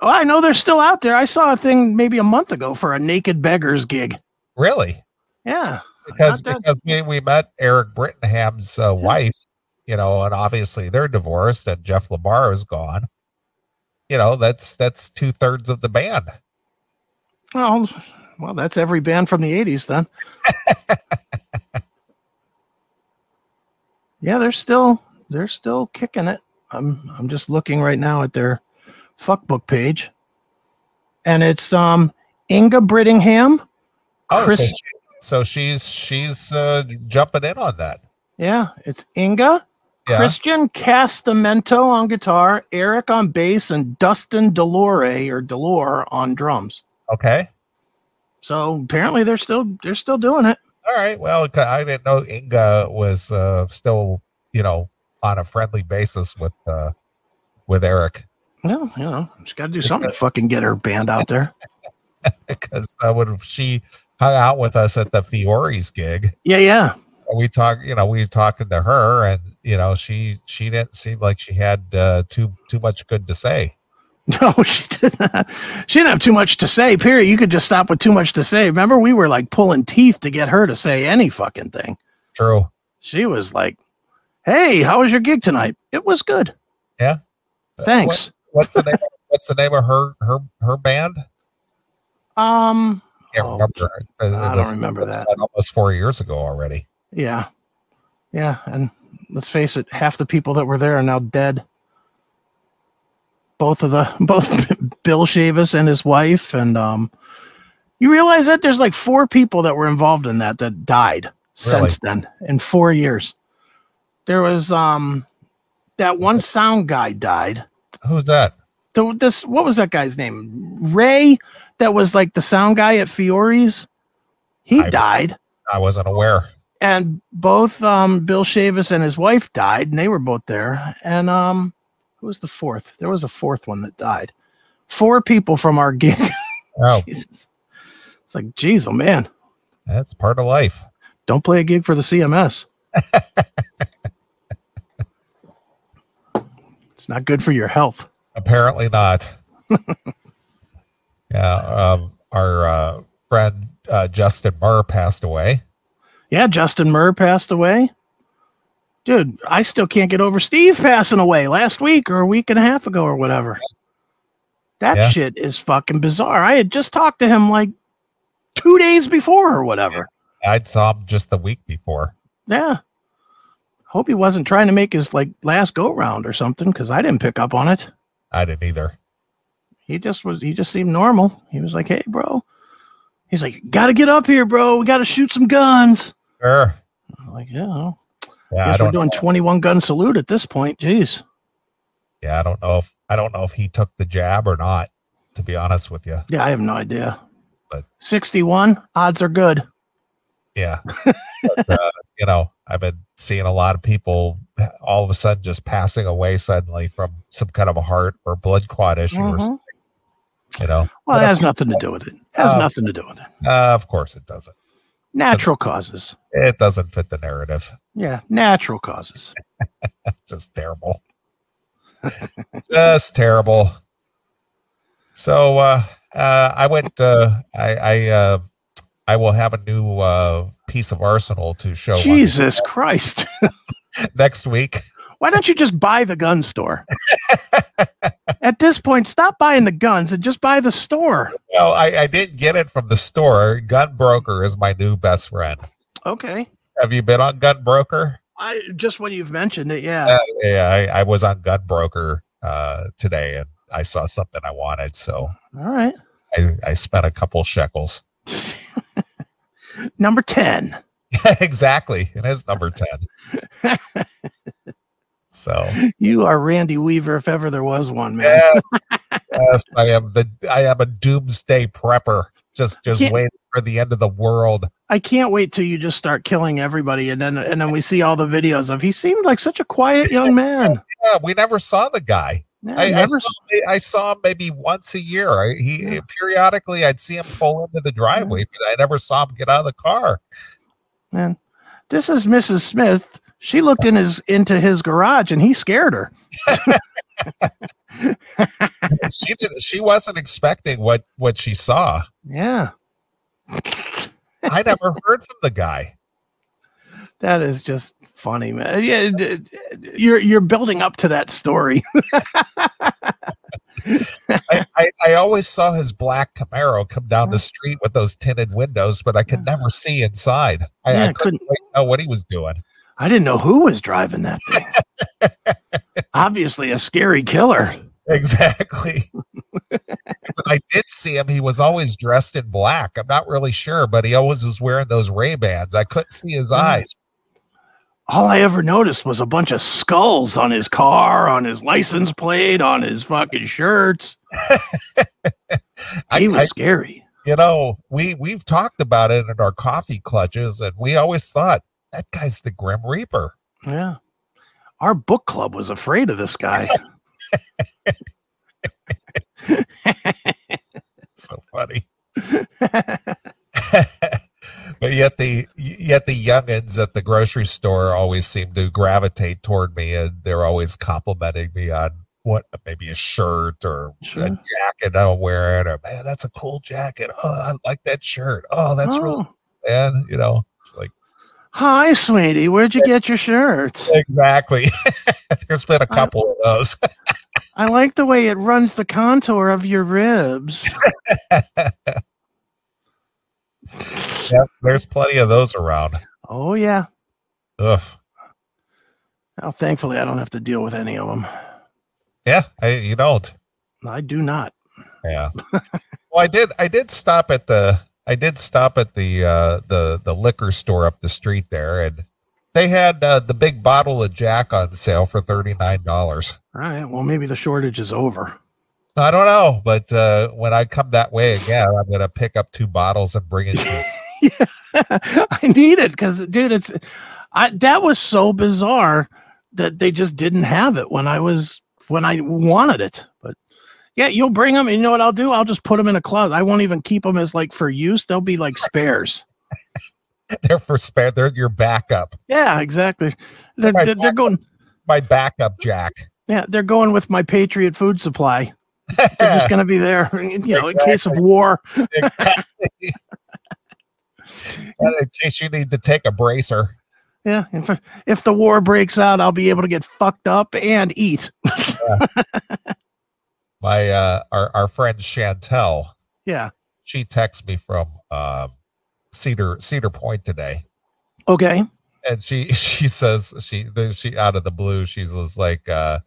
Oh, I know they're still out there. I saw a thing maybe a month ago for a naked beggars gig.
really
Yeah.
because
that-
because we, we met eric brittenham's uh, wife you know and obviously they're divorced and jeff labar is gone you know that's that's two-thirds of the band
Well, well, that's every band from the 80s then. yeah, they're still they're still kicking it. I'm I'm just looking right now at their fuckbook page. And it's um Inga Brittingham.
oh so,
Chris-
she- so she's she's uh, jumping in on that
Yeah, it's Inga
yeah
Christian Castamento on guitar, Eric on bass, and Dustin Delore or Delore on drums.
okay
So apparently they're still they're still doing it.
All right. Well, c- I didn't know Inga was uh, still, you know, on a friendly basis with uh, with Eric.
No, you know, she's got to do something to fucking get her band out
(laughs)
there.
because uh, when she hung out with us at the Fiore's gig,
Yeah, yeah. (laughs)
we talked, you know, we talking to her, and you know, she she didn't seem like she had uh, too too much good to say.
No, she did not. She didn't have too much to say. Period. You could just stop with too much to say. Remember, we were like pulling teeth to get her to say any fucking thing.
True.
She was like, "Hey, how was your gig tonight? It was good.
Uh,
Thanks."
what- what's the name? what's the name of her her her band?
Um.
Can't
Oh,
remember. Uh, It- it
I don't
was-
remember
it was
that.
Almost four years ago already.
Yeah. Yeah. And let's face it, half the people that were there are now dead. Both of the (laughs) both Bill Shavis and his wife. And um you realize that there's like four people that were involved in that that died
Really?
since then in four years. There was um that one sound guy died.
Who's that?
The, this what was that guy's name? Ray that was like the sound guy at Fiore's. He
I-
died
I wasn't aware.
and both um, Bill Shavis and his wife died, and they were both there. And um, who was the fourth? There was a fourth one that died. Four people from our gig. (laughs)
Oh,
Jesus, it's like, geez, oh man,
that's part of life.
don't play a gig for the CMS. it's not good for your health.
Apparently
(laughs)
not. yeah, um, our uh, friend uh, Justin Murr passed away.
Yeah, Justin Murr passed away. Dude, I still can't get over Steve passing away last week or a week and a half ago or whatever. That
Yeah.
shit is fucking bizarre. I had just talked to him like two days before or whatever.
I saw him just the week before.
Yeah. Hope he wasn't trying to make his like last go round or something because I didn't pick up on it.
I didn't either.
He just was, he just seemed normal. He was like, hey, bro. He's like, gotta get up here, bro. We gotta shoot some guns.
Sure.
I'm like, yeah, well,
Yeah, I
guess we're
don't.
doing 21 gun salute at this point. Jeez.
Yeah, I don't know if I don't know if he took the jab or not. To be honest with you,
Yeah, I have no idea.
But-
61 odds are good. (laughs)
yeah. but, uh, you know, I've been seeing a lot of people all of a sudden just passing away suddenly from some kind of a heart or blood clot issue. Or,
Mhm.
something, you know,
Well,
But
it
of
has
course,
nothing to do with it. Has
uh,
nothing to do with it.
uh, of course it doesn't.
Natural causes.
It doesn't fit the narrative.
Yeah, natural causes.
just terrible. (laughs) just terrible. So uh, uh, I went. Uh, I I, uh, I will have a new uh, piece of arsenal to show on
Jesus Christ. (laughs)
next week.
Why don't you just buy the
(laughs)
gun store? At this point, stop buying the guns and just buy the store.
Well, I, I didn't get it from the store. Gun Broker is my new best friend.
Okay.
Have you been on Gun Broker?
I just when you've mentioned it, yeah.
Uh, yeah, I, I was on Gun Broker uh, today, and I saw something I wanted, so
All right. (laughs)
I, I spent a couple shekels.
Number 10.
(laughs) exactly. It is number 10. so
You are Randy Weaver if ever there was one, man.
yes, yes, I am the I am a doomsday prepper. Just just
Can't-
waiting for the end of the world.
I can't wait till you just start killing everybody and then and then we see all the videos of he seemed like such a quiet
(laughs)
young man.
Yeah, we never saw the guy.
Yeah,
I, I,
never
saw,
s-
I saw him maybe once a year. I, he
Yeah.
periodically I'd see him pull into the driveway, but I never saw him get out of the car.
this is Mrs. Smith. She looked in his into his garage and he scared her.
she did she wasn't expecting what what she saw.
Yeah.
I never heard from the guy.
That is just funny, man. Yeah, d- d- you're you're building up to that story.
I, I, I always saw his black Camaro come down the street with those tinted windows, but I could never see inside. (laughs) I,
Yeah,
I
I
couldn't
couldn't
quite know what he was doing. (laughs)
I didn't know who was driving that thing. Obviously a scary killer. (laughs)
Exactly. but I did see him. He was always dressed in black. I'm not really sure, but he always was wearing those Ray Bans. I couldn't see his
Yeah.
eyes.
all I ever noticed was a bunch of skulls on his car, on his license plate, on his fucking shirts.
I,
he was
I-
scary.
you know, we we've talked about it in our coffee clutches, and we always thought that guy's the Grim Reaper.
(laughs) Yeah. Our book club was afraid of this guy.
so funny. (laughs) but yet the yet the youngins at the grocery store always seem to gravitate toward me, and they're always complimenting me on what maybe a shirt or
Sure.
a jacket I'm wearing, or man, that's a cool jacket. Oh, I like that shirt. Oh, that's really
Oh.
man. You know, it's like
Hi, sweetie. Where'd you get your shirts?
exactly. (laughs) There's been a couple of those. (laughs)
I like the way it runs the contour of your ribs. (laughs)
Yep, there's plenty of those around.
Oh yeah.
Ugh.
Well, thankfully, I don't have to deal with any of them.
Yeah, I, you don't.
I do not.
Yeah. well, I did. I did stop at the. I did stop at the uh, the the liquor store up the street there, and they had uh, the big bottle of Jack on sale for thirty nine dollars.
All right. Well, maybe the shortage is over.
I don't know, but uh, when I come that way again, I'm gonna pick up two bottles and bring it. to you.
(laughs) I need it because, dude, it's I that was so bizarre that they just didn't have it when I was when I wanted it. But yeah, you'll bring them, and you know what I'll do? I'll just put them in a closet. I won't even keep them as like for use. They'll be like spares.
they're for spare. They're your backup.
(laughs) Yeah, exactly. They're,
Right,
they're, they're going.
My backup Jack. (laughs)
Yeah, they're going with my Patriot food supply. They're just going to be there, (laughs) you know, in case of war.
exactly. And in case you need to take a bracer.
Yeah, if if the war breaks out, I'll be able to get fucked up and eat.
my uh our, our friend Chantel,
Yeah.
she texts me from um Cedar Cedar Point today.
Okay.
And she (laughs) she says she then she out of the blue, she's just like uh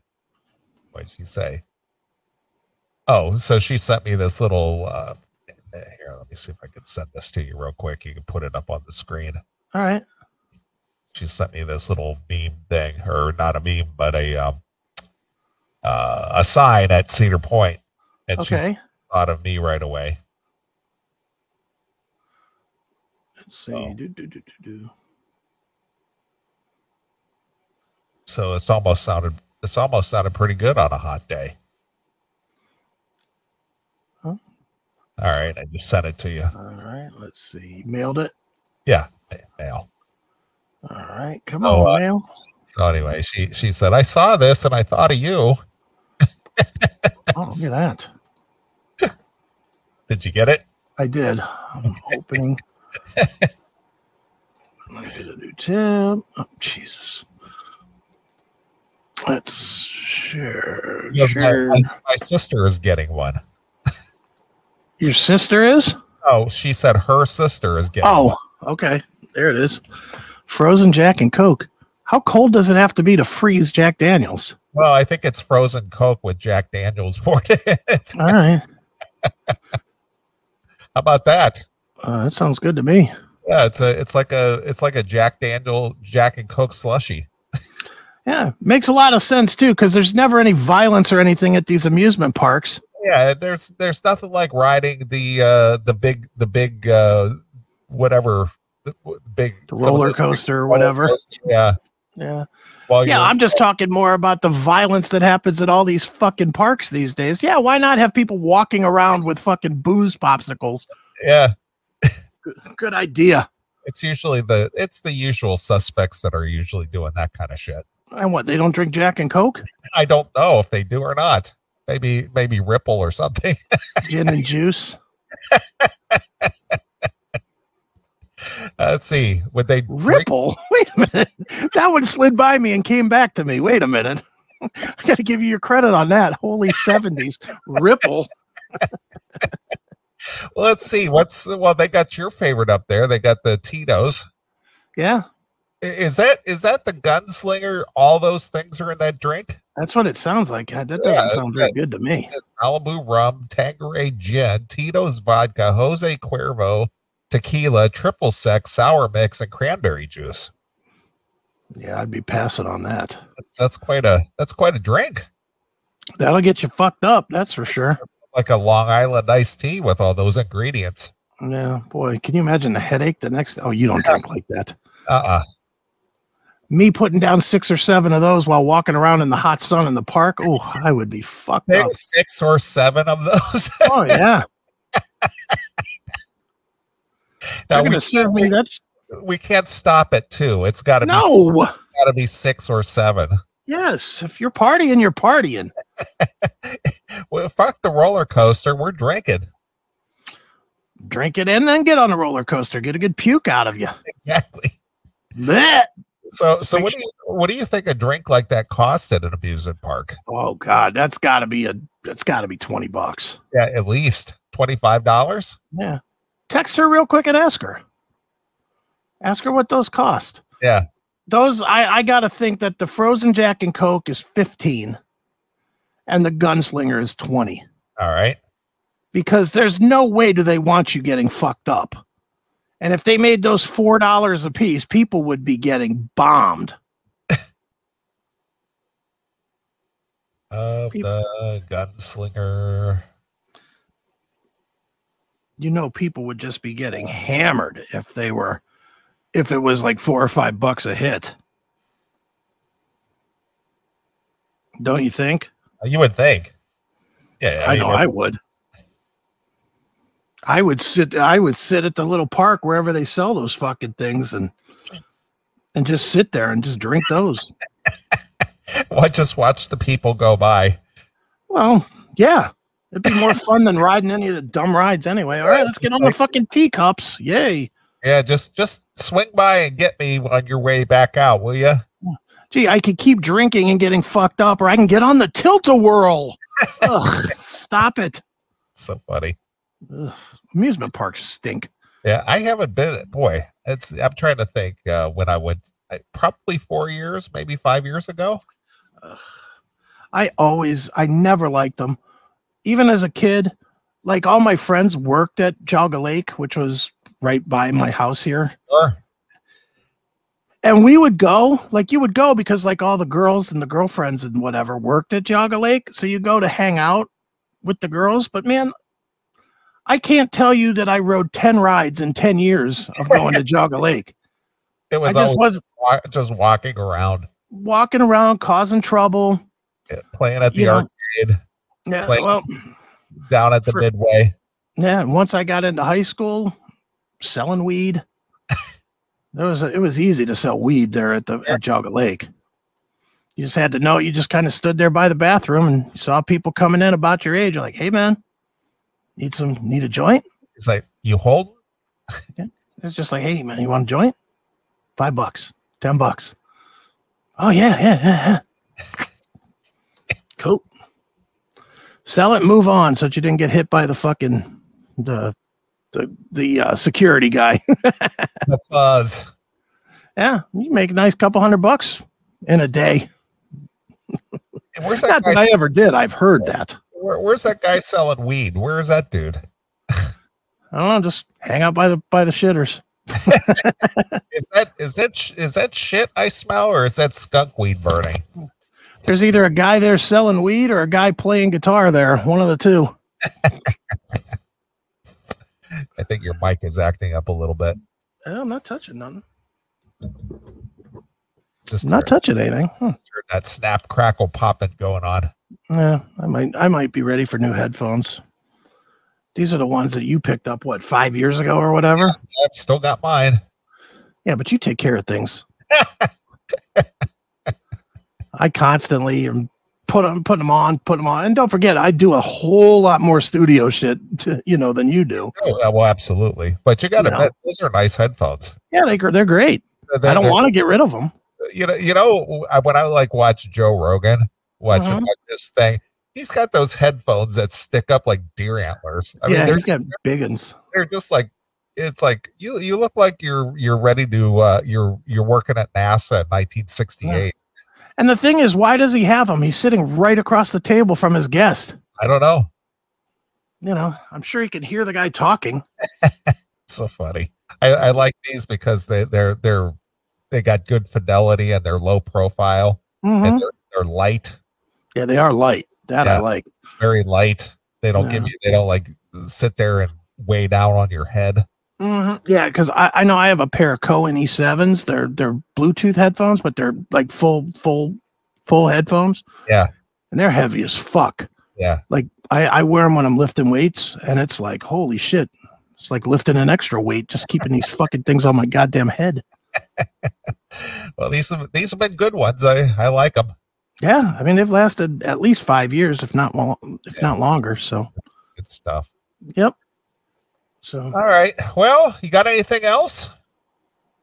what'd she say? Oh, so she sent me this little uh here, let me see if I can send this to you real quick. You can put it up on the screen.
All right.
She sent me this little meme thing, or not a meme, but a um uh a sign at Cedar Point. And she's
Okay.
thought of me right away.
Let's see.
Oh.
Do, do, do, do, do.
So it's almost sounded it's almost sounded pretty good on a hot day.
Huh?
All right, I just sent it to you. eh,
All right. Let's see. Mailed it.
Mail.
All right. Come
Oh,
on,
uh,
mail.
So anyway, she she said, I saw this and I thought of you.
Oh, look at that.
Did you get it?
I did. I'm
(laughs)
opening. Let me get a new tab. Oh, Jesus. Let's share.
Yes, my-
share.
My, my sister is getting one.
Your sister is?
Oh, she said her sister is getting
Oh, okay. There it is. Frozen Jack and Coke. How cold does it have to be to freeze Jack Daniels?
well, I think it's frozen Coke with Jack Daniels (laughs) poured in it.
All right.
How about that?
Uh, that sounds good to me.
Yeah, it's a it's like a it's like a Jack Daniel Jack and Coke slushy.
Yeah, makes a lot of sense too, because there's never any violence or anything at these amusement parks.
yeah there's there's nothing like riding the uh the big the big uh whatever the w- big
The
some of
roller
those big
coaster or
roller
whatever.
coaster, yeah
Yeah.
while
Yeah,
you're-
I'm just talking more about the violence that happens at all these fucking parks these days. Yeah, why not have people walking around with fucking booze popsicles?
yeah
Good idea.
it's usually the it's the usual suspects that are usually doing that kind of shit
And what, they don't drink Jack and Coke?
i don't know if they do or not maybe maybe ripple or something (laughs)
Gin and juice?
Uh, let's see would they drink-
Ripple? (laughs) Wait a minute. That one slid by me and came back to me. Wait a minute. (laughs) I got to give you your credit on that. Holy 70s. Ripple.
well, let's see what's well they got your favorite up there they got the tito's
Yeah,
I- is that is that the gunslinger all those things are in that drink
that's what it sounds like. God, That
Yeah,
doesn't
that's
sound very good to me.
Malibu rum, Tanqueray gin, Tito's vodka, Jose Cuervo tequila, triple sec, sour mix, and cranberry juice.
Yeah, I'd be passing on that.
That's that's quite a that's quite a drink.
That'll get you fucked up, that's for sure.
Like a Long Island iced tea with all those ingredients. Uh-uh.
Yeah, boy, can you imagine the headache the next? Oh, you don't drink like that.
Uh uh
me putting down six or seven of those while walking around in the hot sun in the park, oh, I would be fucked up.
Six, six or seven of those. (laughs)
Oh yeah,
now,
they're
we,
gonna send me
can't,
that.
we can't stop at two. It's got to be
No.
got to be six or seven. (laughs)
Yes, if you're partying, you're partying.
Well, fuck the roller coaster. We're drinking. (laughs)
Drink it and then get on the roller coaster. Get a good puke out of you.
Exactly.
Blech.
So, so
Make
what do you what do you think a drink like that cost at an amusement park?
Oh God, that's got to be a that's got to be twenty bucks.
Yeah, at least twenty five dollars.
Yeah. Text her real quick and ask her. Ask her what those cost.
Yeah.
Those I I gotta think that the frozen Jack and Coke is fifteen, and the Gunslinger is twenty
All right.
because there's no way do they want you getting fucked up. And if they made those four dollars a piece, people would be getting bombed.
Of
Peop-
the gunslinger. Uh,
you know people would just be getting hammered if they were if it was like four or five bucks a hit don't you think
You would think. Yeah,
i,
mean,
know i would i would sit i would sit at the little park wherever they sell those fucking things and and just sit there and just drink those
(laughs) Why just watch the people go by?
well yeah it'd be more fun than riding any of the dumb rides anyway all right let's get on the fucking teacups yay
Yeah, just just swing by and get me on your way back out, will you?
gee, I could keep drinking and getting fucked up, or I can get on the tilt a whirl. Stop it.
So funny.
Ugh, amusement parks stink.
Yeah, I haven't been. Boy, it's. I'm trying to think uh, when I went. uh, Probably four years, maybe five years ago.
I always, I never liked them. Even as a kid, like all my friends worked at Jogga Lake, which was right by my house here.
Sure.
And we would go, like you would go because like all the girls and the girlfriends and whatever worked at Jogga Lake. So you go to hang out with the girls. But man, I can't tell you that I rode 10 rides in 10 years of going to Jogga Lake.
It
I
was
just
always
was
wa- just walking around,
walking around causing trouble.
uh, playing at the
You know,
arcade
Yeah.
Like-
Well,
down at the
for-
midway.
yeah. and Once I got into high school, selling
(laughs)
weed. There was a, it was easy to sell weed there at the at Jogga Lake. You just had to know. You just kind of stood there by the bathroom and saw people coming in about your age. You're like, hey man, need some need a joint?
It's like you hold.
It's just like, hey man, you want a joint? Five bucks, ten bucks. Oh yeah, yeah, yeah, yeah. cool. Sell it, move on, so that you didn't get hit by the fucking the the the uh, security guy. (laughs)
the fuzz.
yeah, you make a nice couple hundred bucks in a day.
And Where's that,
Not
guy,
that I ever did. I've heard that.
where- where's that guy selling weed? Where is that dude?
I don't know. Just hang out by the by the shitters.
Is that is that sh- is that shit I smell, or is that skunk weed burning?
There's either a guy there selling weed or a guy playing guitar there. One of the two.
I think your mic is acting up a little bit.
I'm not touching nothing.
Just
Not
heard-
touching anything. Hmm.
heard that snap crackle popping going on.
Yeah, I might I might be ready for new headphones. These are the ones that you picked up what five years ago or whatever.
I've still got mine.
Yeah, but you take care
(laughs)
of things. I constantly am put them put them on, put them on, and don't forget I do a whole lot more studio shit, to, you know, than you do.
Oh, yeah, well, absolutely. But you got to
No.
admit, those are nice headphones.
Yeah, they, gr- they're great. I don't want to get rid of them.
you know you know I- when I like watch Joe Rogan watch him
Mhm.
watch this thing. He's got those headphones that stick up like deer antlers. I
yeah,
mean, they're,
he's got big ones.
they're just like it's like you you look like you're you're ready to uh, you're you're working at NASA in 1968.
And the thing is, why does he have them? He's sitting right across the table from his guest.
I don't know.
You know, I'm sure he can hear the guy talking.
so funny. I, I like these because they they're they're they got good fidelity and they're low profile
Mhm.
and they're, they're light,
Yeah, they are light. That I
Yeah.
like.
very light. They don't give
Yeah.
you they don't like sit there and weigh down on your head.
Mhm. Yeah, because I, I know I have a pair of Cohen E7s. They're they're Bluetooth headphones, but they're like full full full headphones.
Yeah.
and they're heavy as fuck.
Yeah.
like I I wear them when I'm lifting weights, and it's like holy shit. It's like lifting an extra weight, just keeping these fucking things on my goddamn head.
Well, these have, these have been good ones. I, I like them.
Yeah, I mean they've lasted at least five years, if not well, if
Yeah.
not longer. So
Good stuff.
yep. So
All right. Well, you got anything else?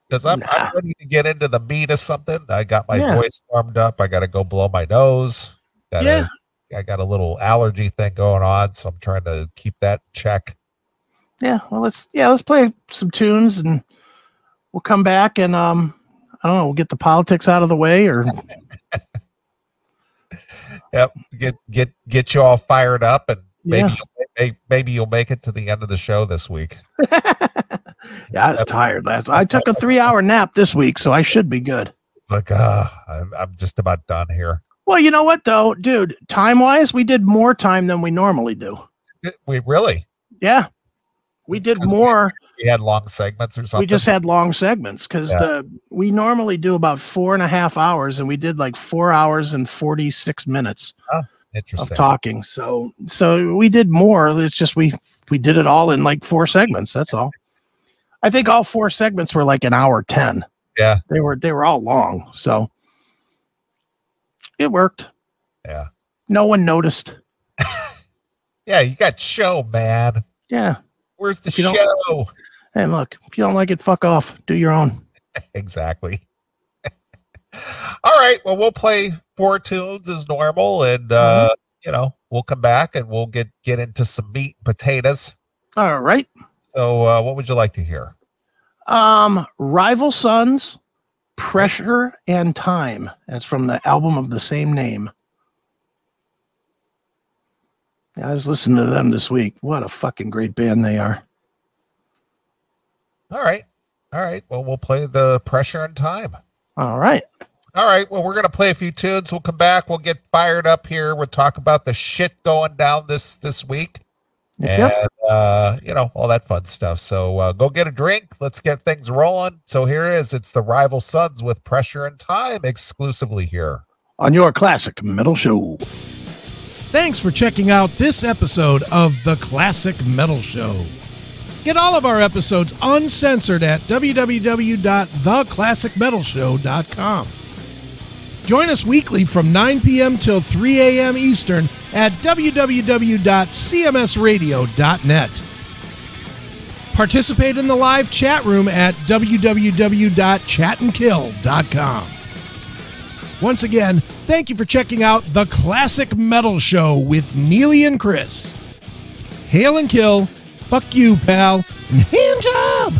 Because I'm,
Nah.
I'm ready to get into the meat of something. I got my
Yeah.
voice warmed up. I got to go blow my nose. Got
yeah,
I got a little allergy thing going on, so I'm trying to keep that in check.
yeah. Well, let's yeah let's play some tunes, and we'll come back and um I don't know we'll get the politics out of the way or
Yep. Get get get you all fired up, and maybe
Yeah.
you'll, may- maybe you'll make it to the end of the show this week.
(laughs) yeah I was tired last. I took a three hour nap this week, so I should be good.
It's like, ah, I'm, I'm just about done here.
Well, you know what though, dude, time wise, we did more time than we normally do.
We really
Yeah, we did
'Cause we-
more.
we had long segments or something.
We just had long segments because
Yeah.
the we normally do about four and a half hours, and we did like four hours and forty six minutes of
Interesting.
talking. So so we did more. It's just we we did it all in like four segments. That's all. I think all four segments were like an hour ten.
Yeah.
they were they were all long. So it worked.
Yeah.
No one noticed.
Yeah, you got show, man.
Yeah.
Where's the
If you don't-
show?
And look, if you don't like it, fuck off. Do your own.
Exactly. (laughs) All right. Well, we'll play four tunes as normal, and
Mm-hmm.
uh, you know we'll come back and we'll get get into some meat and potatoes.
All right.
So, uh, what would you like to hear?
Um, Rival Sons, Pressure and Time. That's from the album of the same name. Yeah, I was listening to them this week. What a fucking great band they are.
All right. All right. Well, we'll play the pressure and time.
All right.
All right. Well, we're gonna play a few tunes. We'll come back. We'll get fired up here. We'll talk about the shit going down this this week, and
Yep.
uh, you know all that fun stuff. So uh, go get a drink. Let's get things rolling. So here it is. It's the rival sons with pressure and time exclusively here.
On your classic metal show.
Thanks for checking out this episode of The Classic Metal Show. Get all of our episodes uncensored at www.theclassicmetalshow.com. Join us weekly from 9 p.m. till 3 a.m. Eastern at www.cmsradio.net. Participate in the live chat room at www.chatandkill.com. Once again, thank you for checking out The Classic Metal Show with Neely and Chris. Hail and kill, fuck you, pal, and hand job!